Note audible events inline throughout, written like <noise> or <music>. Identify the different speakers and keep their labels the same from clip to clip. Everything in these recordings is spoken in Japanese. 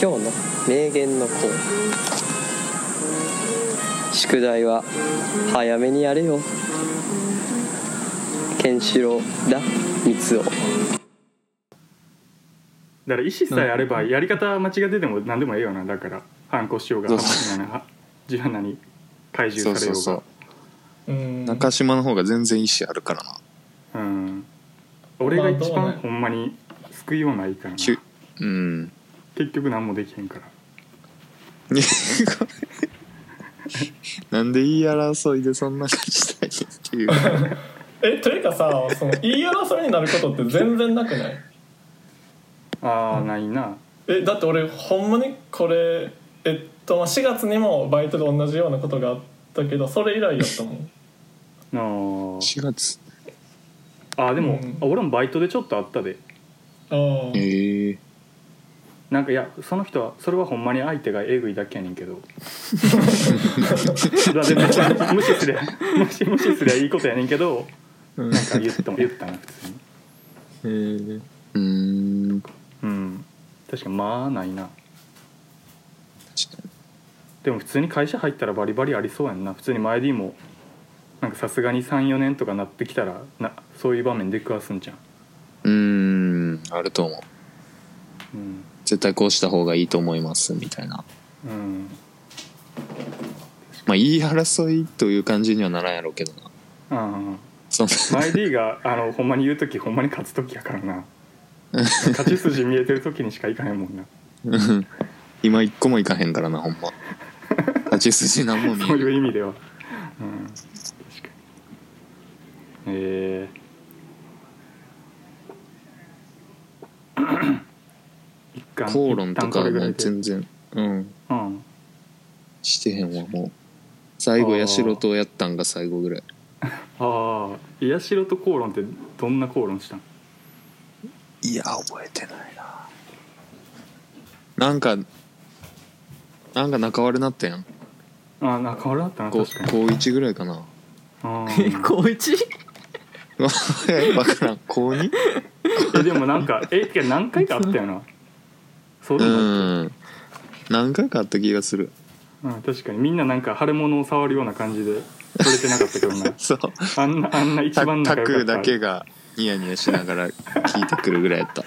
Speaker 1: 今日の名言のコーナー宿題は早めにやれよケンシロウだ三つを
Speaker 2: だから意思さえあればやり方間違ってても何でもええよなだから反抗しようが
Speaker 3: そう
Speaker 2: 反抗しようがなに怪
Speaker 3: そ
Speaker 2: 獣
Speaker 3: う
Speaker 2: され
Speaker 3: そ
Speaker 2: よう
Speaker 3: うそ
Speaker 2: が
Speaker 4: うん
Speaker 3: う中島の方が全然意思あるからな
Speaker 2: うん俺が一
Speaker 4: ま
Speaker 2: 番
Speaker 4: あどうね
Speaker 2: ほんまに救いようないからな
Speaker 3: きゅ
Speaker 2: 結
Speaker 3: うん <laughs>
Speaker 2: 局何もできへんから
Speaker 3: ねごめんなんで言い争いでそんな感じたいっていう
Speaker 4: えというかさその言い争いになることって全然なくない
Speaker 2: ああないな
Speaker 4: えだって俺ほんまにこれえっとまあ4月にもバイトで同じようなことがあったけどそれ以来やったも
Speaker 2: <laughs>
Speaker 4: ん
Speaker 2: あー
Speaker 3: 4月
Speaker 2: あーでも、
Speaker 4: うん
Speaker 2: 俺もバイトでちょっとあったで
Speaker 4: ああ
Speaker 3: ええ
Speaker 2: なんかいやその人はそれはほんまに相手がえぐいだけやねんけ
Speaker 3: <laughs>
Speaker 2: どだって別に無視すりゃ無視無視すりゃいいことやねんけど
Speaker 3: うん
Speaker 2: なんか言ったも言ったな普通に
Speaker 3: えー、うーん
Speaker 2: うん確かまあないな
Speaker 3: 確かに
Speaker 2: でも普通に会社入ったらバリバリありそうやんな普通に前 D もなんかさすがに34年とかなってきたらなそういう場面で食わすんじゃん、
Speaker 3: うーんあると思う
Speaker 2: うん
Speaker 3: 絶対こうした方がいいと思いますみたいな
Speaker 2: うん、
Speaker 3: まあ言い争いという感じにはならんやろうけどな
Speaker 2: あ
Speaker 3: そんな
Speaker 2: あ前 D があのほんまに言う時ほんまに勝つ時やからな勝ち筋見えてる時にしかいかへんもんな
Speaker 3: <laughs> うん今一個もいかへんからなほんま勝ち筋なんも見
Speaker 2: そ
Speaker 3: え
Speaker 2: う
Speaker 3: る
Speaker 2: いう意味では、うん、確かにえー、一貫
Speaker 3: 口論
Speaker 2: 一
Speaker 3: と
Speaker 2: 旦
Speaker 3: か
Speaker 2: これぐら
Speaker 3: も
Speaker 2: いうで
Speaker 3: 全然うん
Speaker 2: うん
Speaker 3: してへんわもう最後
Speaker 2: あー
Speaker 3: 八代とやったんが最後ぐらい
Speaker 2: ああ癒しろと口論ってどんな口論したん
Speaker 3: いや覚えてないななんかなんか仲悪なったやん
Speaker 2: ああ仲悪だったな
Speaker 3: こ
Speaker 2: 確かに
Speaker 3: 高1ぐらいかな <laughs>
Speaker 2: あ
Speaker 5: え
Speaker 2: ー
Speaker 5: 高一
Speaker 3: 分からん高 2?
Speaker 2: えでもなんかえてか何回かあったよなそう
Speaker 3: う
Speaker 2: だな、
Speaker 3: ん何回かあった気がする
Speaker 2: うん、確かにみんななんか腫れ物を触るような感じで触れてなかったけどな
Speaker 3: そう
Speaker 2: あんなあんな一
Speaker 3: タ
Speaker 2: 番
Speaker 3: タ
Speaker 2: 仲良か
Speaker 3: ク
Speaker 2: った
Speaker 3: だけがニヤニヤしながら聞いてくるぐらいやった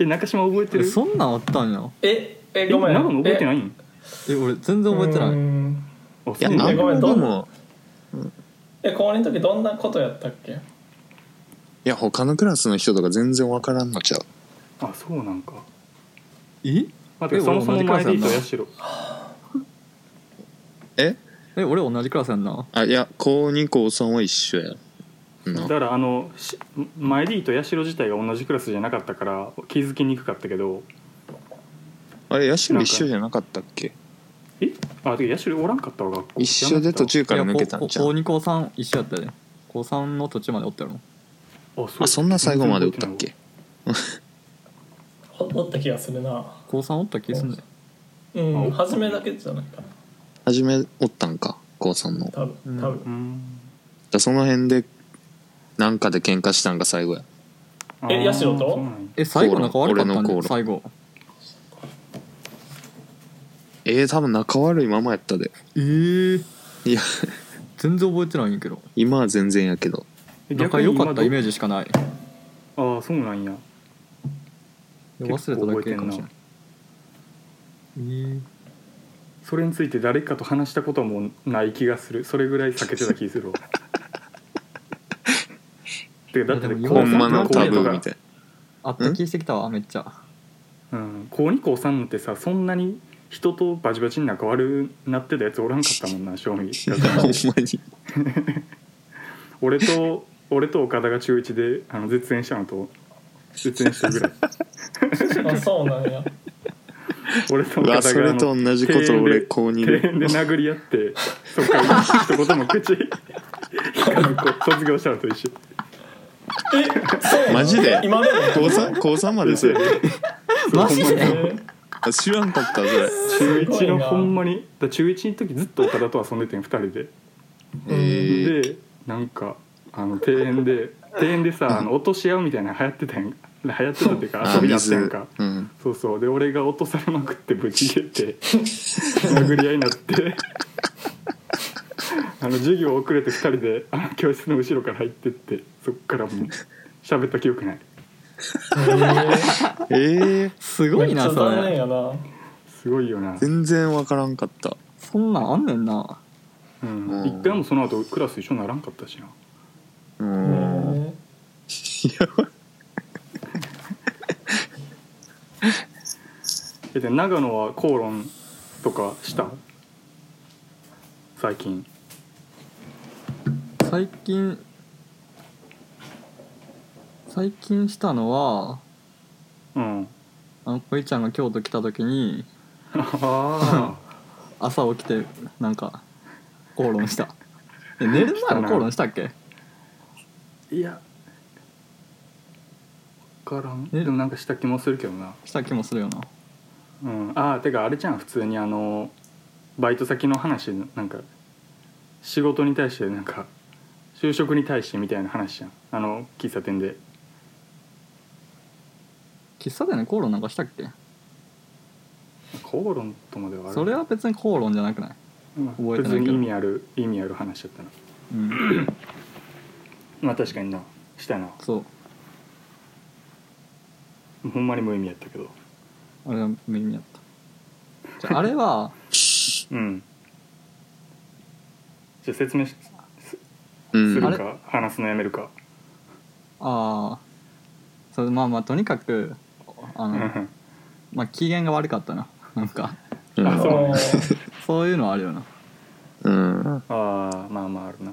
Speaker 2: え中島覚えてる
Speaker 5: そんなんあったんや
Speaker 4: ええ
Speaker 2: え
Speaker 4: ごめん
Speaker 2: 長野覚えてないん
Speaker 5: え俺全然覚えてない
Speaker 4: い
Speaker 2: あ
Speaker 3: いや
Speaker 2: そうなん
Speaker 3: あ
Speaker 2: だ
Speaker 3: ん
Speaker 4: ごめ
Speaker 3: まで
Speaker 4: んどう
Speaker 3: も
Speaker 4: え高2の時どんなことやったっけ
Speaker 3: いや他のクラスの人とか全然分からんのちゃう
Speaker 2: あそうなんか
Speaker 5: え
Speaker 2: 待っ
Speaker 5: え
Speaker 2: てそもそも前
Speaker 5: 俺同
Speaker 2: でい
Speaker 5: じ
Speaker 2: い
Speaker 5: ク
Speaker 2: と
Speaker 5: ラスやんな
Speaker 2: 八代
Speaker 3: え
Speaker 5: え俺同じクラスやんな
Speaker 3: あいや高2高3は一緒や
Speaker 2: だ
Speaker 3: な
Speaker 2: からあのし前 D と八代自体が同じクラスじゃなかったから気づきにくかったけど
Speaker 3: あれ八代一緒じゃなかったっけ
Speaker 2: えあてか八代おらんかったわ学校
Speaker 3: 一緒で途中から抜けた
Speaker 5: い
Speaker 3: ん
Speaker 5: や
Speaker 3: じ
Speaker 5: こ
Speaker 3: ゃ
Speaker 5: こ
Speaker 3: ん
Speaker 5: 高二高三一緒やったで高三の途中までおったやろ
Speaker 2: あそう
Speaker 3: あそんな最後まで打ったっけ
Speaker 4: おおった気がするな
Speaker 5: 高三おった気すんね
Speaker 4: うん初めだけじゃないかな
Speaker 3: 初めおったんか高3のだか
Speaker 4: 多分多
Speaker 2: う
Speaker 4: 分、
Speaker 2: ん
Speaker 3: らその辺でなんかで喧嘩したんが最後や
Speaker 4: え
Speaker 2: あー
Speaker 4: 八代と
Speaker 2: そうなんや
Speaker 5: え最後仲悪かった
Speaker 3: 俺の
Speaker 5: ん
Speaker 3: コー
Speaker 5: で
Speaker 3: ル
Speaker 5: 最後
Speaker 3: えー、多分仲悪いままやったで
Speaker 5: えー、
Speaker 3: いや <laughs>
Speaker 5: 全然覚えてないんやけど
Speaker 3: 今は全然やけど
Speaker 2: え
Speaker 5: 仲良かったイメ
Speaker 2: ー
Speaker 5: ージしかない
Speaker 2: ああそうなんや
Speaker 5: 忘れただけかもしれないえー
Speaker 2: それについて誰かと話したこともない気がするそれぐらい避けてた気す
Speaker 3: <laughs>
Speaker 2: るわてかだって
Speaker 5: いやでも
Speaker 2: 高
Speaker 3: ほん
Speaker 2: 三
Speaker 3: まの
Speaker 2: 高
Speaker 3: タ
Speaker 2: 二
Speaker 3: ブ
Speaker 2: と
Speaker 3: ー
Speaker 2: か
Speaker 3: みたい
Speaker 5: あった気してきたわめっちゃ
Speaker 2: うん高2高3ってさそんなに人とバチバチに仲悪なってたやつおらんかったもんな正
Speaker 3: <laughs>
Speaker 2: 味だから
Speaker 3: ほんまに
Speaker 2: 俺と俺と岡田が中1であの絶縁したのと絶縁したぐらい
Speaker 4: あそうなんや
Speaker 2: 俺と
Speaker 3: う
Speaker 2: 岡
Speaker 3: わ
Speaker 2: 田
Speaker 3: そ
Speaker 2: があ
Speaker 3: れ
Speaker 2: の
Speaker 3: と同じこと
Speaker 2: 庭園
Speaker 3: 俺
Speaker 2: で
Speaker 3: 高2
Speaker 2: 庭
Speaker 3: で
Speaker 2: 園で殴り合ってそっから一言も口 <laughs> 卒業したのと一緒
Speaker 4: えそうなん
Speaker 3: マジで
Speaker 4: 今でも
Speaker 3: 高 3, 高3までそれ
Speaker 5: マジ
Speaker 4: え
Speaker 5: で
Speaker 4: ー
Speaker 3: あ知らんかったそれ
Speaker 2: 中
Speaker 4: すご
Speaker 2: 1
Speaker 4: いな
Speaker 2: のほんまにだ中1の時ずっと岡田と遊んでてん2人で、
Speaker 3: えー、
Speaker 2: でなんかあの庭園で庭園でさあの落とし合うみたいなの流行ってたやん流行ってたっていうか
Speaker 3: あ
Speaker 2: 遊びやってんか、
Speaker 3: 水うん
Speaker 2: そうそうで俺が落とされまくってぶち切れて殴り合いになって <laughs> あの授業遅れて2人であの教室の後ろから入ってってそっからもう喋った記憶ない
Speaker 3: えー、
Speaker 5: す
Speaker 4: め
Speaker 5: ご
Speaker 4: っ
Speaker 5: い
Speaker 4: ち
Speaker 5: な
Speaker 4: ゃ
Speaker 5: そ
Speaker 4: 残念
Speaker 5: れ
Speaker 4: やな
Speaker 2: すごいよな、
Speaker 3: 全然わからんかった
Speaker 5: そんなんあんねんな
Speaker 2: うん、
Speaker 3: うん
Speaker 2: 一回もその後クラス一緒にならんかったしな
Speaker 3: う
Speaker 4: へ
Speaker 3: ん
Speaker 4: ー
Speaker 2: えで長野は口論とかした最近
Speaker 5: 最近最近したのは
Speaker 2: うん
Speaker 5: あのこいちゃんが京都来た時に
Speaker 2: あ
Speaker 5: 朝起きてなんか口論した <laughs> え寝る前も口論したっけ
Speaker 2: あ <laughs> いや分からん
Speaker 5: え
Speaker 2: でもなんかした気もするけどな、
Speaker 5: した気もするよな
Speaker 2: うん、ああてかあれじゃん普通にあのバイト先の話なんか仕事に対してなんか就職に対してみたいな話じゃんあの喫茶店で
Speaker 5: 喫茶店で口論なんかしたっけ
Speaker 2: 口論とまではある
Speaker 5: それは別に口論じゃなくない覚えてないけど
Speaker 2: 別に意味ある意味ある話だったな
Speaker 5: うん <laughs>
Speaker 2: まあ確かになしたな
Speaker 5: そう
Speaker 2: ほんまに無意味やったけど
Speaker 5: あれは無意味だったじゃああれは
Speaker 2: うんじゃあ説明しす
Speaker 3: う
Speaker 2: す
Speaker 3: ん
Speaker 2: るか話すのやめるか
Speaker 5: ああそれまあまあとにかくあ
Speaker 2: う
Speaker 5: の
Speaker 2: ん
Speaker 5: まあ機嫌が悪かったななんか
Speaker 3: うん
Speaker 4: あそう
Speaker 5: そういうのはあるよな
Speaker 3: うん
Speaker 2: ああまあまああるな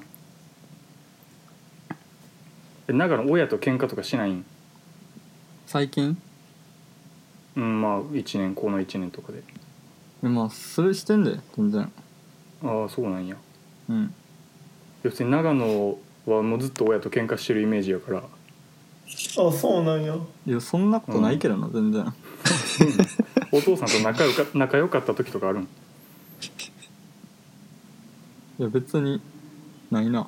Speaker 2: え長野親と喧嘩とかしないん
Speaker 5: 最近
Speaker 2: うんまあ1年この1年とかで
Speaker 5: えまあそれしてんで全然
Speaker 2: ああそうなんや
Speaker 5: うん
Speaker 2: 要するに長野はもうずっと親と喧嘩してるイメージやから <laughs>
Speaker 4: あそうなんや
Speaker 5: いやそんなことないけどな、全然
Speaker 2: お父さんと仲 <laughs> 良か仲良かった時とかあるん
Speaker 5: いや別にないな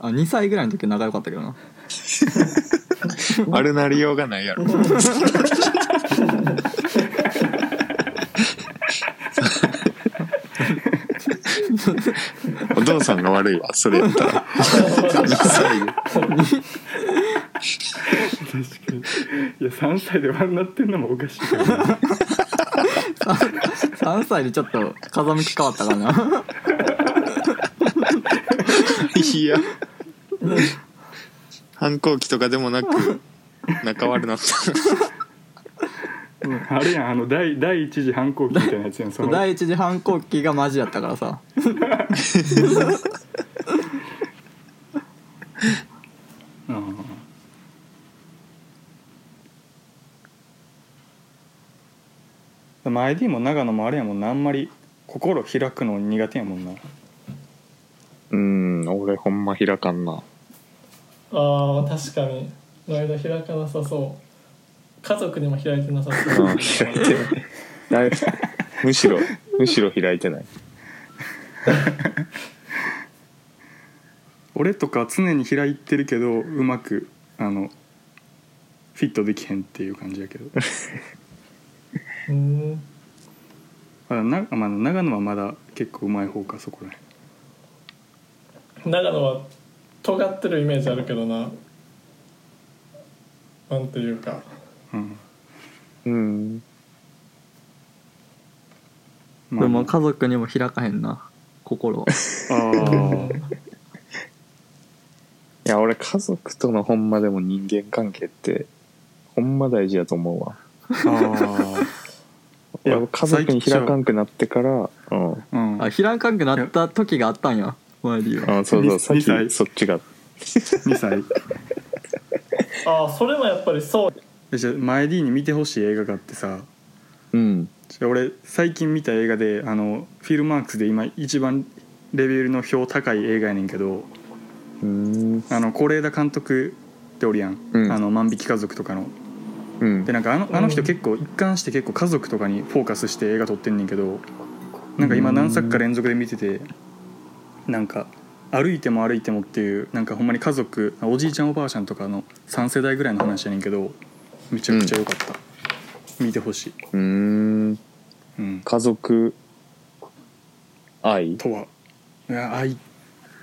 Speaker 5: あ2歳ぐらいの時は仲良かったけどな
Speaker 3: あれなりようがないやろお父さんが悪いわそれやったら最後
Speaker 2: 確かに <laughs> いや3歳で悪なってんのもおかしいからな
Speaker 5: 3歳でちょっと風向き変わったからな
Speaker 3: いや反抗期とかでもなく仲悪なった
Speaker 2: あれやんあの第第一次反抗期みたいなやつやんその
Speaker 5: 第一次反抗期がマジやったからさ
Speaker 2: うんでも ID も長野もあれやもんなあんまり心開くの苦手やもんな
Speaker 3: うん俺ほんま開かんな
Speaker 4: あー確かに間開かなさそう家族にも開いてなさそう
Speaker 3: 開いてないだいむしろむしろ開いてない
Speaker 2: 俺とか常に開いてるけどうまくあのフィットできへんっていう感じや
Speaker 3: <laughs>
Speaker 2: けど
Speaker 4: うん
Speaker 2: まだな、まあ、長野はまだ結構うまい方かそこらへん
Speaker 4: 長野は尖ってるイメージあるけどななんていうか
Speaker 2: うん
Speaker 3: うん
Speaker 5: で
Speaker 2: ま
Speaker 5: も
Speaker 2: あ
Speaker 5: 家族にも開かへんな心は
Speaker 2: あー
Speaker 3: いや俺家族とのほんまでも人間関係ってほんま大事やと思うわ
Speaker 2: あ
Speaker 3: <laughs> いや
Speaker 2: いや
Speaker 3: 家族に開かんくなってからうん
Speaker 2: ー、うん、
Speaker 5: あ開かんくなった時があったんやマイリーは
Speaker 3: あそうそうさっ
Speaker 2: 二歳
Speaker 3: きそっちが
Speaker 2: 2歳
Speaker 4: ああそれもやっぱりそう
Speaker 2: えじゃあ前 D に見てほしい映画があってさ
Speaker 3: うん
Speaker 2: じゃあ俺最近見た映画であのフィルマークスで今一番レビューの票高い映画やねんけど
Speaker 3: うん
Speaker 2: あの是枝監督っておるやん、
Speaker 3: うん
Speaker 2: あの万引き家族とかの
Speaker 3: うん
Speaker 2: でなんかあのあの人結構一貫して結構家族とかにフォーカスして映画撮ってんねんけどなんか今何作か連続で見ててなんか歩いても歩いてもっていうなんかほんまに家族おじいちゃんおばあちゃんとかの3世代ぐらいの話やねんけどめちゃくちゃ良かった、見てほしい、
Speaker 3: うーん
Speaker 2: うん、
Speaker 3: 家族愛
Speaker 2: とはいやあい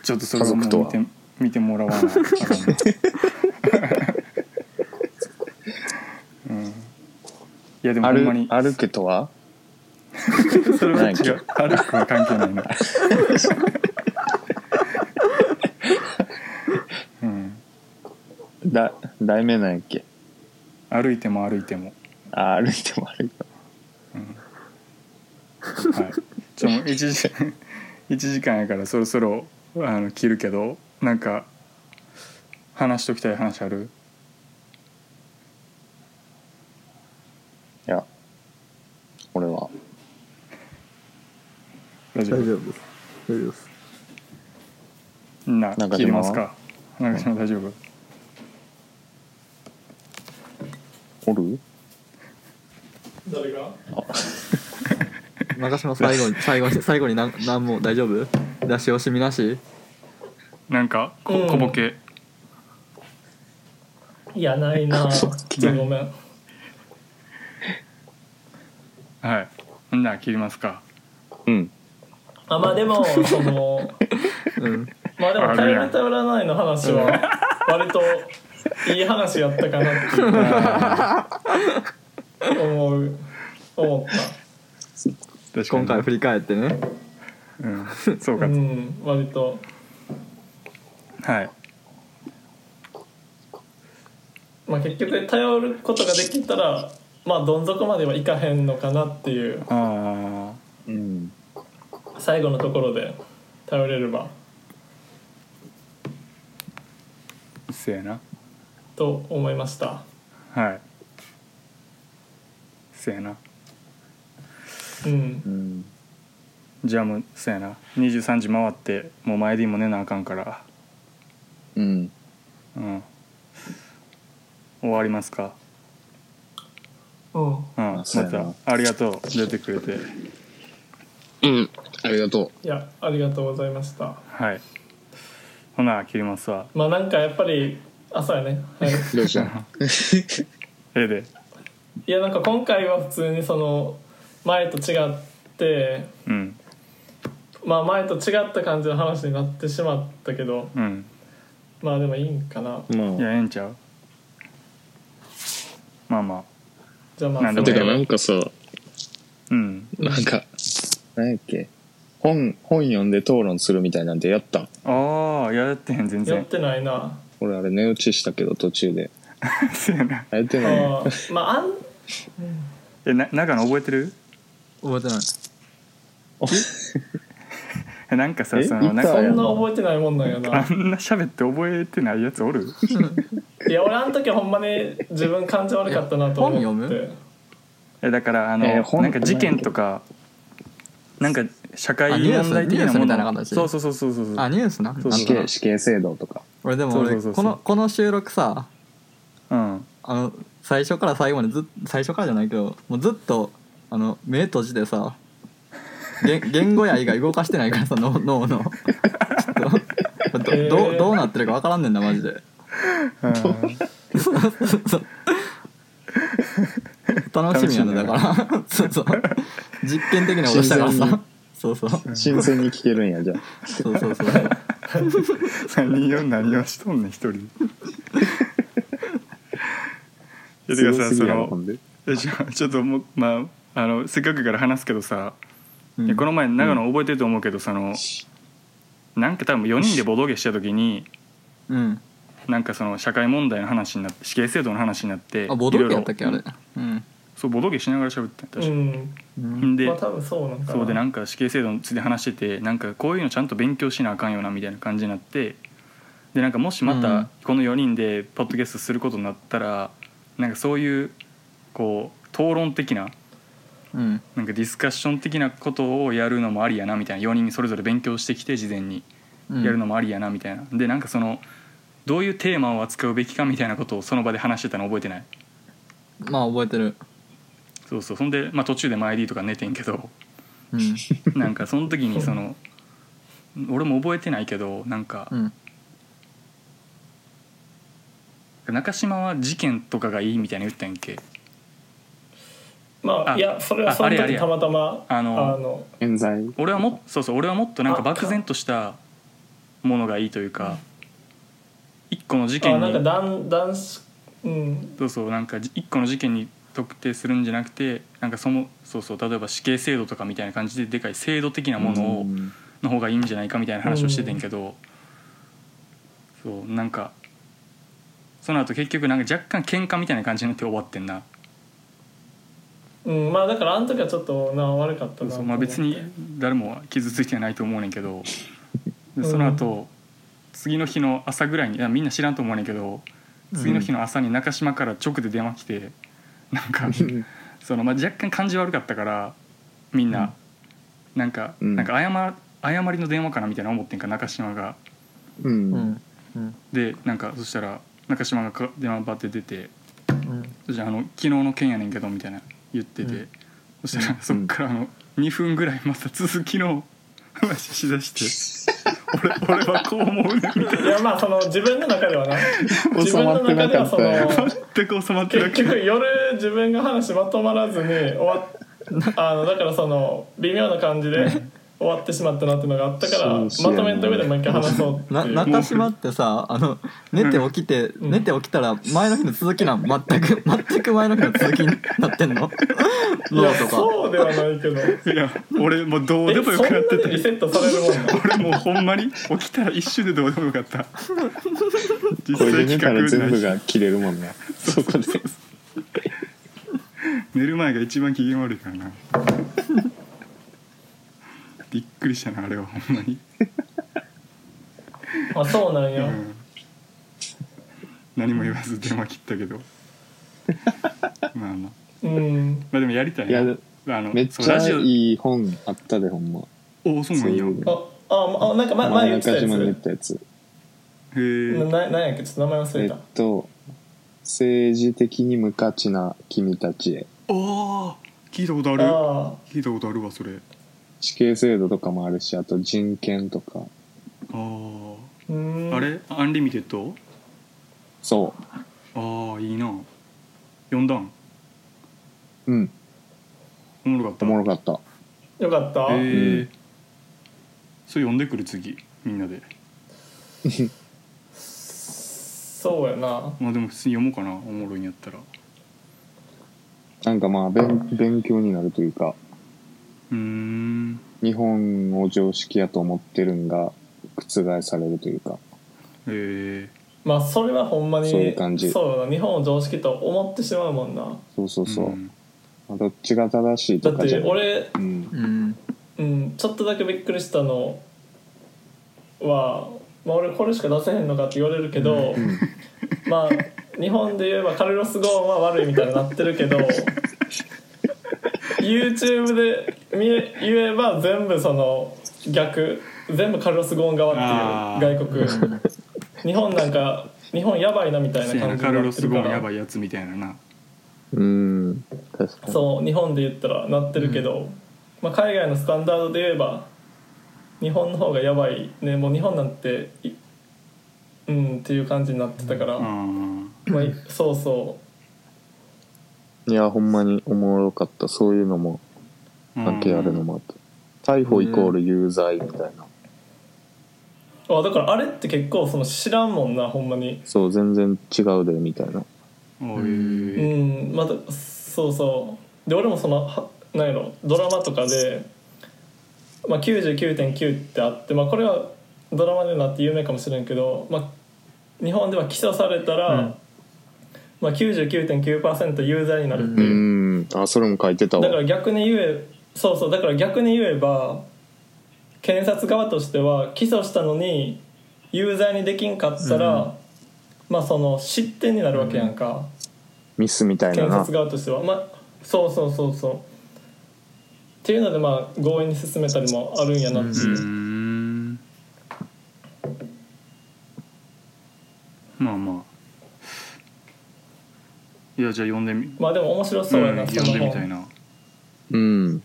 Speaker 2: ちょっとそれはも
Speaker 3: 家族と
Speaker 2: う見
Speaker 3: は
Speaker 2: て見てもらわない
Speaker 3: <laughs>
Speaker 2: うん、いやでもほんま
Speaker 3: 歩
Speaker 2: に
Speaker 3: 歩くとは
Speaker 2: それは違
Speaker 3: 何
Speaker 2: う歩くは関係ないなうん
Speaker 3: だ題名なんやっけ
Speaker 2: 歩いても歩いても、
Speaker 3: あ歩いても歩いても
Speaker 2: うん、はいちょもう1時一時間やからそろそろあの切るけどなんか話しときたい話ある
Speaker 3: いや俺は
Speaker 2: 大丈
Speaker 5: 大
Speaker 2: 夫
Speaker 5: 丈夫です大丈夫です
Speaker 2: みんな
Speaker 3: 中島は
Speaker 2: 切りますか中島大丈夫
Speaker 3: おる
Speaker 4: 誰が
Speaker 5: 中島最後に
Speaker 2: <laughs>
Speaker 5: 最後に最後に何何も大丈夫出し惜しみなし
Speaker 2: なんかこ
Speaker 4: うん
Speaker 2: 小ボケ
Speaker 4: いやないなちょっとごめん
Speaker 2: はいみんな切りますか
Speaker 3: うん
Speaker 4: あまあでもその
Speaker 5: うん
Speaker 4: まあでも
Speaker 2: あ
Speaker 4: 頼
Speaker 2: るや
Speaker 4: る
Speaker 2: ん
Speaker 4: 頼らないの話は割といい話やったかなっていう思う思っ
Speaker 2: 確かに
Speaker 5: 今回振り返ってね
Speaker 2: うん、そうか、
Speaker 4: たうん割と
Speaker 2: はい
Speaker 4: まあ結局頼ることができたらまあどん底まではいかへんのかなっていう
Speaker 2: あ
Speaker 3: うん
Speaker 4: 最後のところで頼れれば
Speaker 2: あせやな
Speaker 4: と思いました
Speaker 2: はいせやな
Speaker 4: うん
Speaker 3: うん
Speaker 2: じゃあもうそうやな23時回ってもう前でも寝なあかんから
Speaker 3: うん
Speaker 2: うん終わりますか
Speaker 4: うん
Speaker 2: うん
Speaker 3: あ
Speaker 2: ま
Speaker 3: そうやな
Speaker 2: たありがとう出てくれて
Speaker 3: うんありがと
Speaker 4: いやありがとうございました
Speaker 2: はいほな切りますわ
Speaker 4: まあなんかやっぱり朝やね、はい、
Speaker 3: うどう <laughs> した
Speaker 2: ええで
Speaker 4: いやなんか今回は普通にその前と違って
Speaker 2: うん
Speaker 4: まあ前と違った感じの話になってしまったけど
Speaker 2: うん
Speaker 4: まあでもいいんかな
Speaker 2: いうやええんちゃうまあまあ
Speaker 4: じゃあま
Speaker 2: な
Speaker 4: あ
Speaker 2: ん
Speaker 4: そ
Speaker 2: で
Speaker 3: ん
Speaker 2: も
Speaker 3: て
Speaker 4: れ
Speaker 3: かなんかさ
Speaker 2: うん
Speaker 3: なんか何やっけ本本読んで討論するみたいなんてやった
Speaker 2: ああいややってへん全
Speaker 4: やっ
Speaker 2: 然
Speaker 4: てないな
Speaker 3: 俺あれ寝落ちしたけど途中で
Speaker 2: <laughs> そうやな
Speaker 3: あやって
Speaker 4: あ
Speaker 3: ない
Speaker 4: ーまああん
Speaker 2: えな長野覚えてる
Speaker 5: 覚えてない
Speaker 2: えなんかさ
Speaker 3: え
Speaker 2: そ
Speaker 3: い
Speaker 2: の
Speaker 3: た
Speaker 2: なんか
Speaker 4: そんな覚えてないもんなんやな
Speaker 2: あんな喋って覚えてないやつおる
Speaker 4: いや俺あの時ほんまに自分感情悪かったなと思って
Speaker 5: え本読
Speaker 2: えだからあの、
Speaker 3: えー本
Speaker 2: なんか事件とかなんか社会
Speaker 5: あニュース
Speaker 2: 問題的な
Speaker 5: ニュース
Speaker 2: も
Speaker 5: みた
Speaker 2: の
Speaker 5: いな形
Speaker 2: そうそうそうそうそう
Speaker 5: あニュースな
Speaker 2: そう
Speaker 5: あ
Speaker 3: 死刑死刑制度とか
Speaker 5: 俺でも俺
Speaker 2: そうそうそうそ
Speaker 5: こ
Speaker 2: う
Speaker 5: のこの収録さ
Speaker 2: うん
Speaker 5: あの最初から最後までずっ最初からじゃないけどもうずっとあの目閉じてさ言 <laughs> 言語や以外動かしてないからさ脳脳のちょっとど
Speaker 4: えー
Speaker 5: どうどうなってるか分からんねんなマジで楽しみやねだから <laughs> そうそう実験的なことしたから
Speaker 3: 自然
Speaker 5: さ
Speaker 3: に
Speaker 5: そうそう
Speaker 3: 新鮮に聞けるんやじゃあ
Speaker 5: そうそうそう
Speaker 2: 何を何をしとんねん一人 <laughs> でいやてか
Speaker 3: すご
Speaker 2: さ
Speaker 3: すぎ
Speaker 2: そ
Speaker 3: やろほ
Speaker 2: の
Speaker 3: んで
Speaker 2: えちょちょっともうまああのせっかくやから話すけどさ、
Speaker 5: う
Speaker 2: い
Speaker 5: ん
Speaker 2: やこの前長野覚えてると思うけど、そのなんか多分4人でボドゲした時に
Speaker 5: うん
Speaker 2: なんかその社会問題の話になって死刑制度の話になって
Speaker 5: あボドゲやったっ
Speaker 2: い
Speaker 5: けあ
Speaker 2: ろい
Speaker 5: れ
Speaker 2: ろ
Speaker 5: うん
Speaker 2: そうボドゲしながら喋ってた確か
Speaker 4: うん
Speaker 5: うん
Speaker 2: で、
Speaker 4: まあ多分そうなんかな
Speaker 2: そうでなんか死刑制度について話しててなんかこういうのちゃんと勉強しなあかんよなみたいな感じになってでなんかもしま
Speaker 5: う
Speaker 2: た
Speaker 5: ん
Speaker 2: この4人でポッドキャストすることになったらなんかそういうこう討論的な
Speaker 5: うん
Speaker 2: なんかディスカッション的なことをやるのもありやなみたいな4人それぞれ勉強してきて事前に
Speaker 5: うん
Speaker 2: やるのもありやなみたいな、でなんかそのどういうテーマを扱うべきかみたいなことをその場で話してたの覚えてない
Speaker 5: まあ覚えてる
Speaker 2: そうそうそんで、まあ、途中でマイディとか寝てんけど
Speaker 5: うん
Speaker 2: なんかその時にその俺も覚えてないけどなんか
Speaker 5: う、ん
Speaker 2: 中島は事件とかがいいみたいに言ったんやんけ
Speaker 4: まあ
Speaker 2: あ
Speaker 4: いやそれは
Speaker 2: あ
Speaker 4: その
Speaker 2: あれあれ
Speaker 4: 時
Speaker 2: や
Speaker 4: たまたま
Speaker 2: あの
Speaker 4: あの
Speaker 6: 冤罪
Speaker 2: 俺はもそうそう俺はもっとなんか漠然としたものがいいというか一個の事
Speaker 4: あ
Speaker 2: 件
Speaker 4: なんか
Speaker 2: に
Speaker 4: 男男子うん
Speaker 2: そうそうなんかじ一個の事件に特定するんじゃなくてなんかそのそうそう例えば死刑制度とかみたいな感じででかい制度的なものを
Speaker 3: うん
Speaker 2: の方がいいんじゃないかみたいな話をしててんけど、そうなんかその後結局なんか若干喧嘩みたいな感じになって終わってんな、
Speaker 4: うんまあだからあの時はちょっとな悪かったな
Speaker 2: そうまあ、別に誰も傷ついてはないと思うねんけどでその後、次の日の朝ぐらいにいやみんな知らんと思うねんけど次の日の朝に中島から直で電話来てなんかその、まあ、若干感じ悪かったからみんな、なんか、
Speaker 3: うん
Speaker 2: なんか謝謝りの電話かなみたいな思ってんか中島が。
Speaker 3: う
Speaker 5: うんんうん
Speaker 2: でなんかそしたら中島がか電話バッて出て
Speaker 5: うん
Speaker 2: 「じゃああの昨日の件やねんけど」みたいな言ってて、
Speaker 5: うん
Speaker 2: そしたらそっからあの2分ぐらいまた続きの話しだして「俺俺はこう思うねん」みたいない
Speaker 4: やまあその自分の中ではな自分の中ではそ
Speaker 6: 収まってな
Speaker 4: の
Speaker 2: 全く収まってなくて
Speaker 4: 結局夜自分が話まとまらずに終わっあのだからその微妙な感じで終わってしまったなっていうのがあったから
Speaker 6: そう
Speaker 4: ま
Speaker 6: そうやね
Speaker 4: とめた上でもう一回話そうって
Speaker 5: な
Speaker 4: いう
Speaker 5: 中島ってさあの寝て起きて、
Speaker 4: ん
Speaker 5: 寝て起きたら前の日の続きなん全く全く前の日の続きになってん
Speaker 4: い
Speaker 5: の脳
Speaker 4: や
Speaker 5: とか
Speaker 4: そうではないけどえ
Speaker 2: いや俺もうどうでもよ
Speaker 4: そ
Speaker 2: く
Speaker 4: んな
Speaker 2: なって
Speaker 4: にリセ
Speaker 2: て
Speaker 4: ットされる
Speaker 2: 俺も
Speaker 4: もんな
Speaker 2: うほんまに起きたら一瞬でどうでもよかった実
Speaker 6: これで
Speaker 2: 際
Speaker 6: 寝
Speaker 2: 企
Speaker 6: たら
Speaker 2: 画
Speaker 6: 全
Speaker 2: な
Speaker 6: 部
Speaker 2: いし
Speaker 6: が切れるもんねそこで
Speaker 2: 寝る前が一番機嫌悪いからなびっくりしたなあれはほんまに
Speaker 4: あそうなんや、
Speaker 2: うん何も言わず電話切った
Speaker 6: <laughs>
Speaker 2: けどまあまあ
Speaker 4: うん
Speaker 2: まあでもやりたい
Speaker 6: い
Speaker 2: な
Speaker 6: や
Speaker 2: あの
Speaker 6: めっ
Speaker 2: そう
Speaker 6: ちゃ
Speaker 2: ラジオ
Speaker 6: いい本あったでほんま
Speaker 2: おおそうなんや
Speaker 6: そう
Speaker 2: へ
Speaker 6: いう
Speaker 4: ああまあなんか前前言ってた
Speaker 6: 中
Speaker 4: や
Speaker 6: 島で言っ
Speaker 4: つ
Speaker 6: たやつ
Speaker 2: え
Speaker 4: ななんやっけちょっと名前忘
Speaker 6: え
Speaker 4: れ、
Speaker 6: ったと政治的に無価値な君たちへ
Speaker 2: おー聞いたことある
Speaker 4: あ
Speaker 2: 聞いたことあるわそれ
Speaker 6: 死刑制度とかもあるしあと人権とか
Speaker 2: あー
Speaker 4: あうん
Speaker 2: あれアンリミテッド
Speaker 6: そ
Speaker 2: ああいいな読んだん
Speaker 6: ううん
Speaker 2: おもろかった
Speaker 6: おもろかった
Speaker 4: よかった、
Speaker 2: へえ
Speaker 6: うん
Speaker 2: それ読んでくる次みんなで
Speaker 4: そうやな
Speaker 2: まあでも普通に読もうかなおもろいんやったらう
Speaker 6: なんかまあ勉勉強になるというか
Speaker 2: ーん
Speaker 6: 日本を常識やと思ってるんが覆されるというか
Speaker 2: ええ
Speaker 4: まあそれはほんまに
Speaker 6: そういう感じ
Speaker 4: そうやな日本を常識と思ってしまうもんな
Speaker 6: そうそうそう、
Speaker 2: ん
Speaker 6: まあどっちが正しい
Speaker 4: だ
Speaker 6: と
Speaker 4: っ
Speaker 6: かじゃ
Speaker 4: て
Speaker 6: ない
Speaker 4: 俺、
Speaker 6: うん
Speaker 5: うん
Speaker 4: うん、ちょっとだけびっくりしたのは、まあ、俺これしか出せへんのかって言われるけど、まあ日本で言えばカルロス・ゴーンは悪いみたいになってるけど YouTube で見え言えば全部その逆全部カルロス・ゴーン側っていう外国日本なんか日本やばいなみたい
Speaker 2: そう
Speaker 4: な
Speaker 2: やな
Speaker 4: 感じに
Speaker 2: カル
Speaker 4: な
Speaker 2: ロ
Speaker 4: っ
Speaker 2: ス・
Speaker 4: てる
Speaker 2: ゴ
Speaker 4: か
Speaker 2: ーンや
Speaker 4: ら
Speaker 2: ばいやつみたいなな
Speaker 3: うん確かに
Speaker 4: そう日本で言ったらなってるけど、まあ、海外のスタンダードで言えば日本の方がやばいねもう日本なんていうんっていう感じになってたから、
Speaker 2: あー
Speaker 4: まあ、いそうそう
Speaker 3: いやほんまにおもろかったそういうのも
Speaker 2: うん
Speaker 3: 関係あるのもあった逮捕イコール有罪みたいな
Speaker 4: あだからあれって結構その知らんもんなほんまに
Speaker 3: そう全然違うでみたいな
Speaker 2: お
Speaker 4: う
Speaker 2: い
Speaker 4: んまたそうそうで俺もそのはなんやろドラマとかで、まあ、99.9ってあって、まあ、これはドラマでなって有名かもしれんけど、まあ、日本では起訴されたら、
Speaker 5: うん
Speaker 4: まあ、99.9%有罪になるって
Speaker 3: う
Speaker 4: いう、
Speaker 3: んあそれも書いてた
Speaker 4: だから
Speaker 3: わ
Speaker 4: 逆に言えそうそうだから逆に言えば検察側としては起訴したのに有罪にできんかったら、まあその失点になるわけやんか、
Speaker 3: ミスみたいな
Speaker 4: 検
Speaker 3: な
Speaker 4: 察側としてはまあそうそうそうそうっていうのでまあ強引に進めたりもあるんやなっていう
Speaker 2: うー、んまあまあいやじゃあ読んでみ
Speaker 4: まあでも面白そうやな、
Speaker 2: うん
Speaker 4: その
Speaker 2: 読んでみたい
Speaker 4: 本
Speaker 2: なは
Speaker 3: うん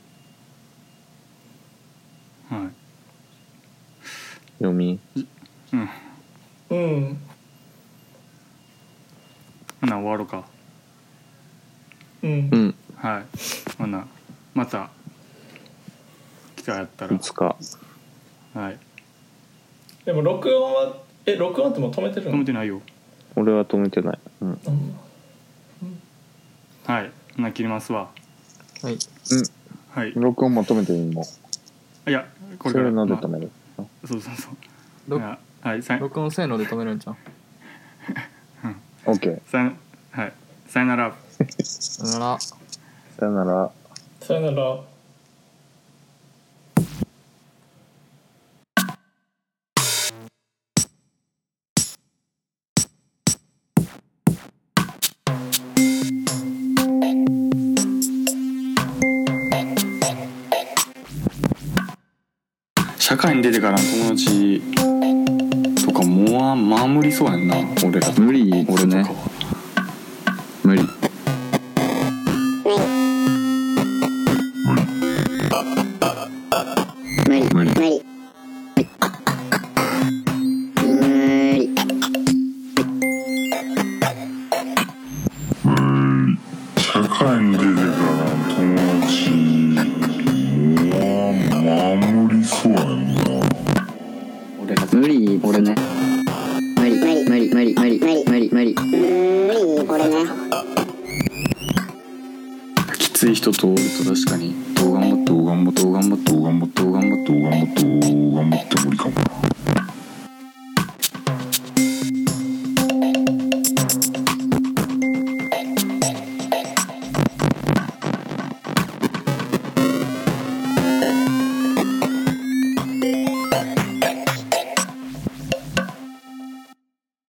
Speaker 2: い
Speaker 4: うん
Speaker 3: う、ん
Speaker 2: はいほなまた機会あった
Speaker 6: い
Speaker 2: ら
Speaker 6: つか
Speaker 2: はい
Speaker 4: でも録音はえ録音ってもう止めてる
Speaker 2: 止め
Speaker 4: の
Speaker 2: てないよ
Speaker 6: 俺は止めてない、うん、
Speaker 4: うん
Speaker 2: はいほな切りますわ
Speaker 5: はい
Speaker 2: はいい
Speaker 6: 録音も止めていいもん
Speaker 2: やこれ
Speaker 6: そ
Speaker 2: か
Speaker 6: れ
Speaker 2: ら
Speaker 6: なんで
Speaker 2: まあ
Speaker 6: 止める、
Speaker 2: そうそうそう
Speaker 5: ろ
Speaker 2: いやはいさい
Speaker 5: 録音せーので止めるんちゃう
Speaker 6: オッケー
Speaker 2: さよはいさよなら
Speaker 5: さよなら
Speaker 6: さよなら
Speaker 4: さよなら
Speaker 2: 社会に出てからの友達とかもうまあ無理そうやんな俺ら
Speaker 7: 無理っす
Speaker 2: 俺と
Speaker 7: ね
Speaker 2: かは
Speaker 7: 無理
Speaker 8: 無理無理無理無理
Speaker 9: 社会に出てから友達は守りそうやんな
Speaker 7: 無理っすね
Speaker 8: 無理無理無理無理無理無理無理無理これね
Speaker 7: きつい人とおると確かにどう頑張ってどう頑張ってどう頑張ってどう頑張ってどう頑張って
Speaker 9: 動画もっと頑張って無理かもな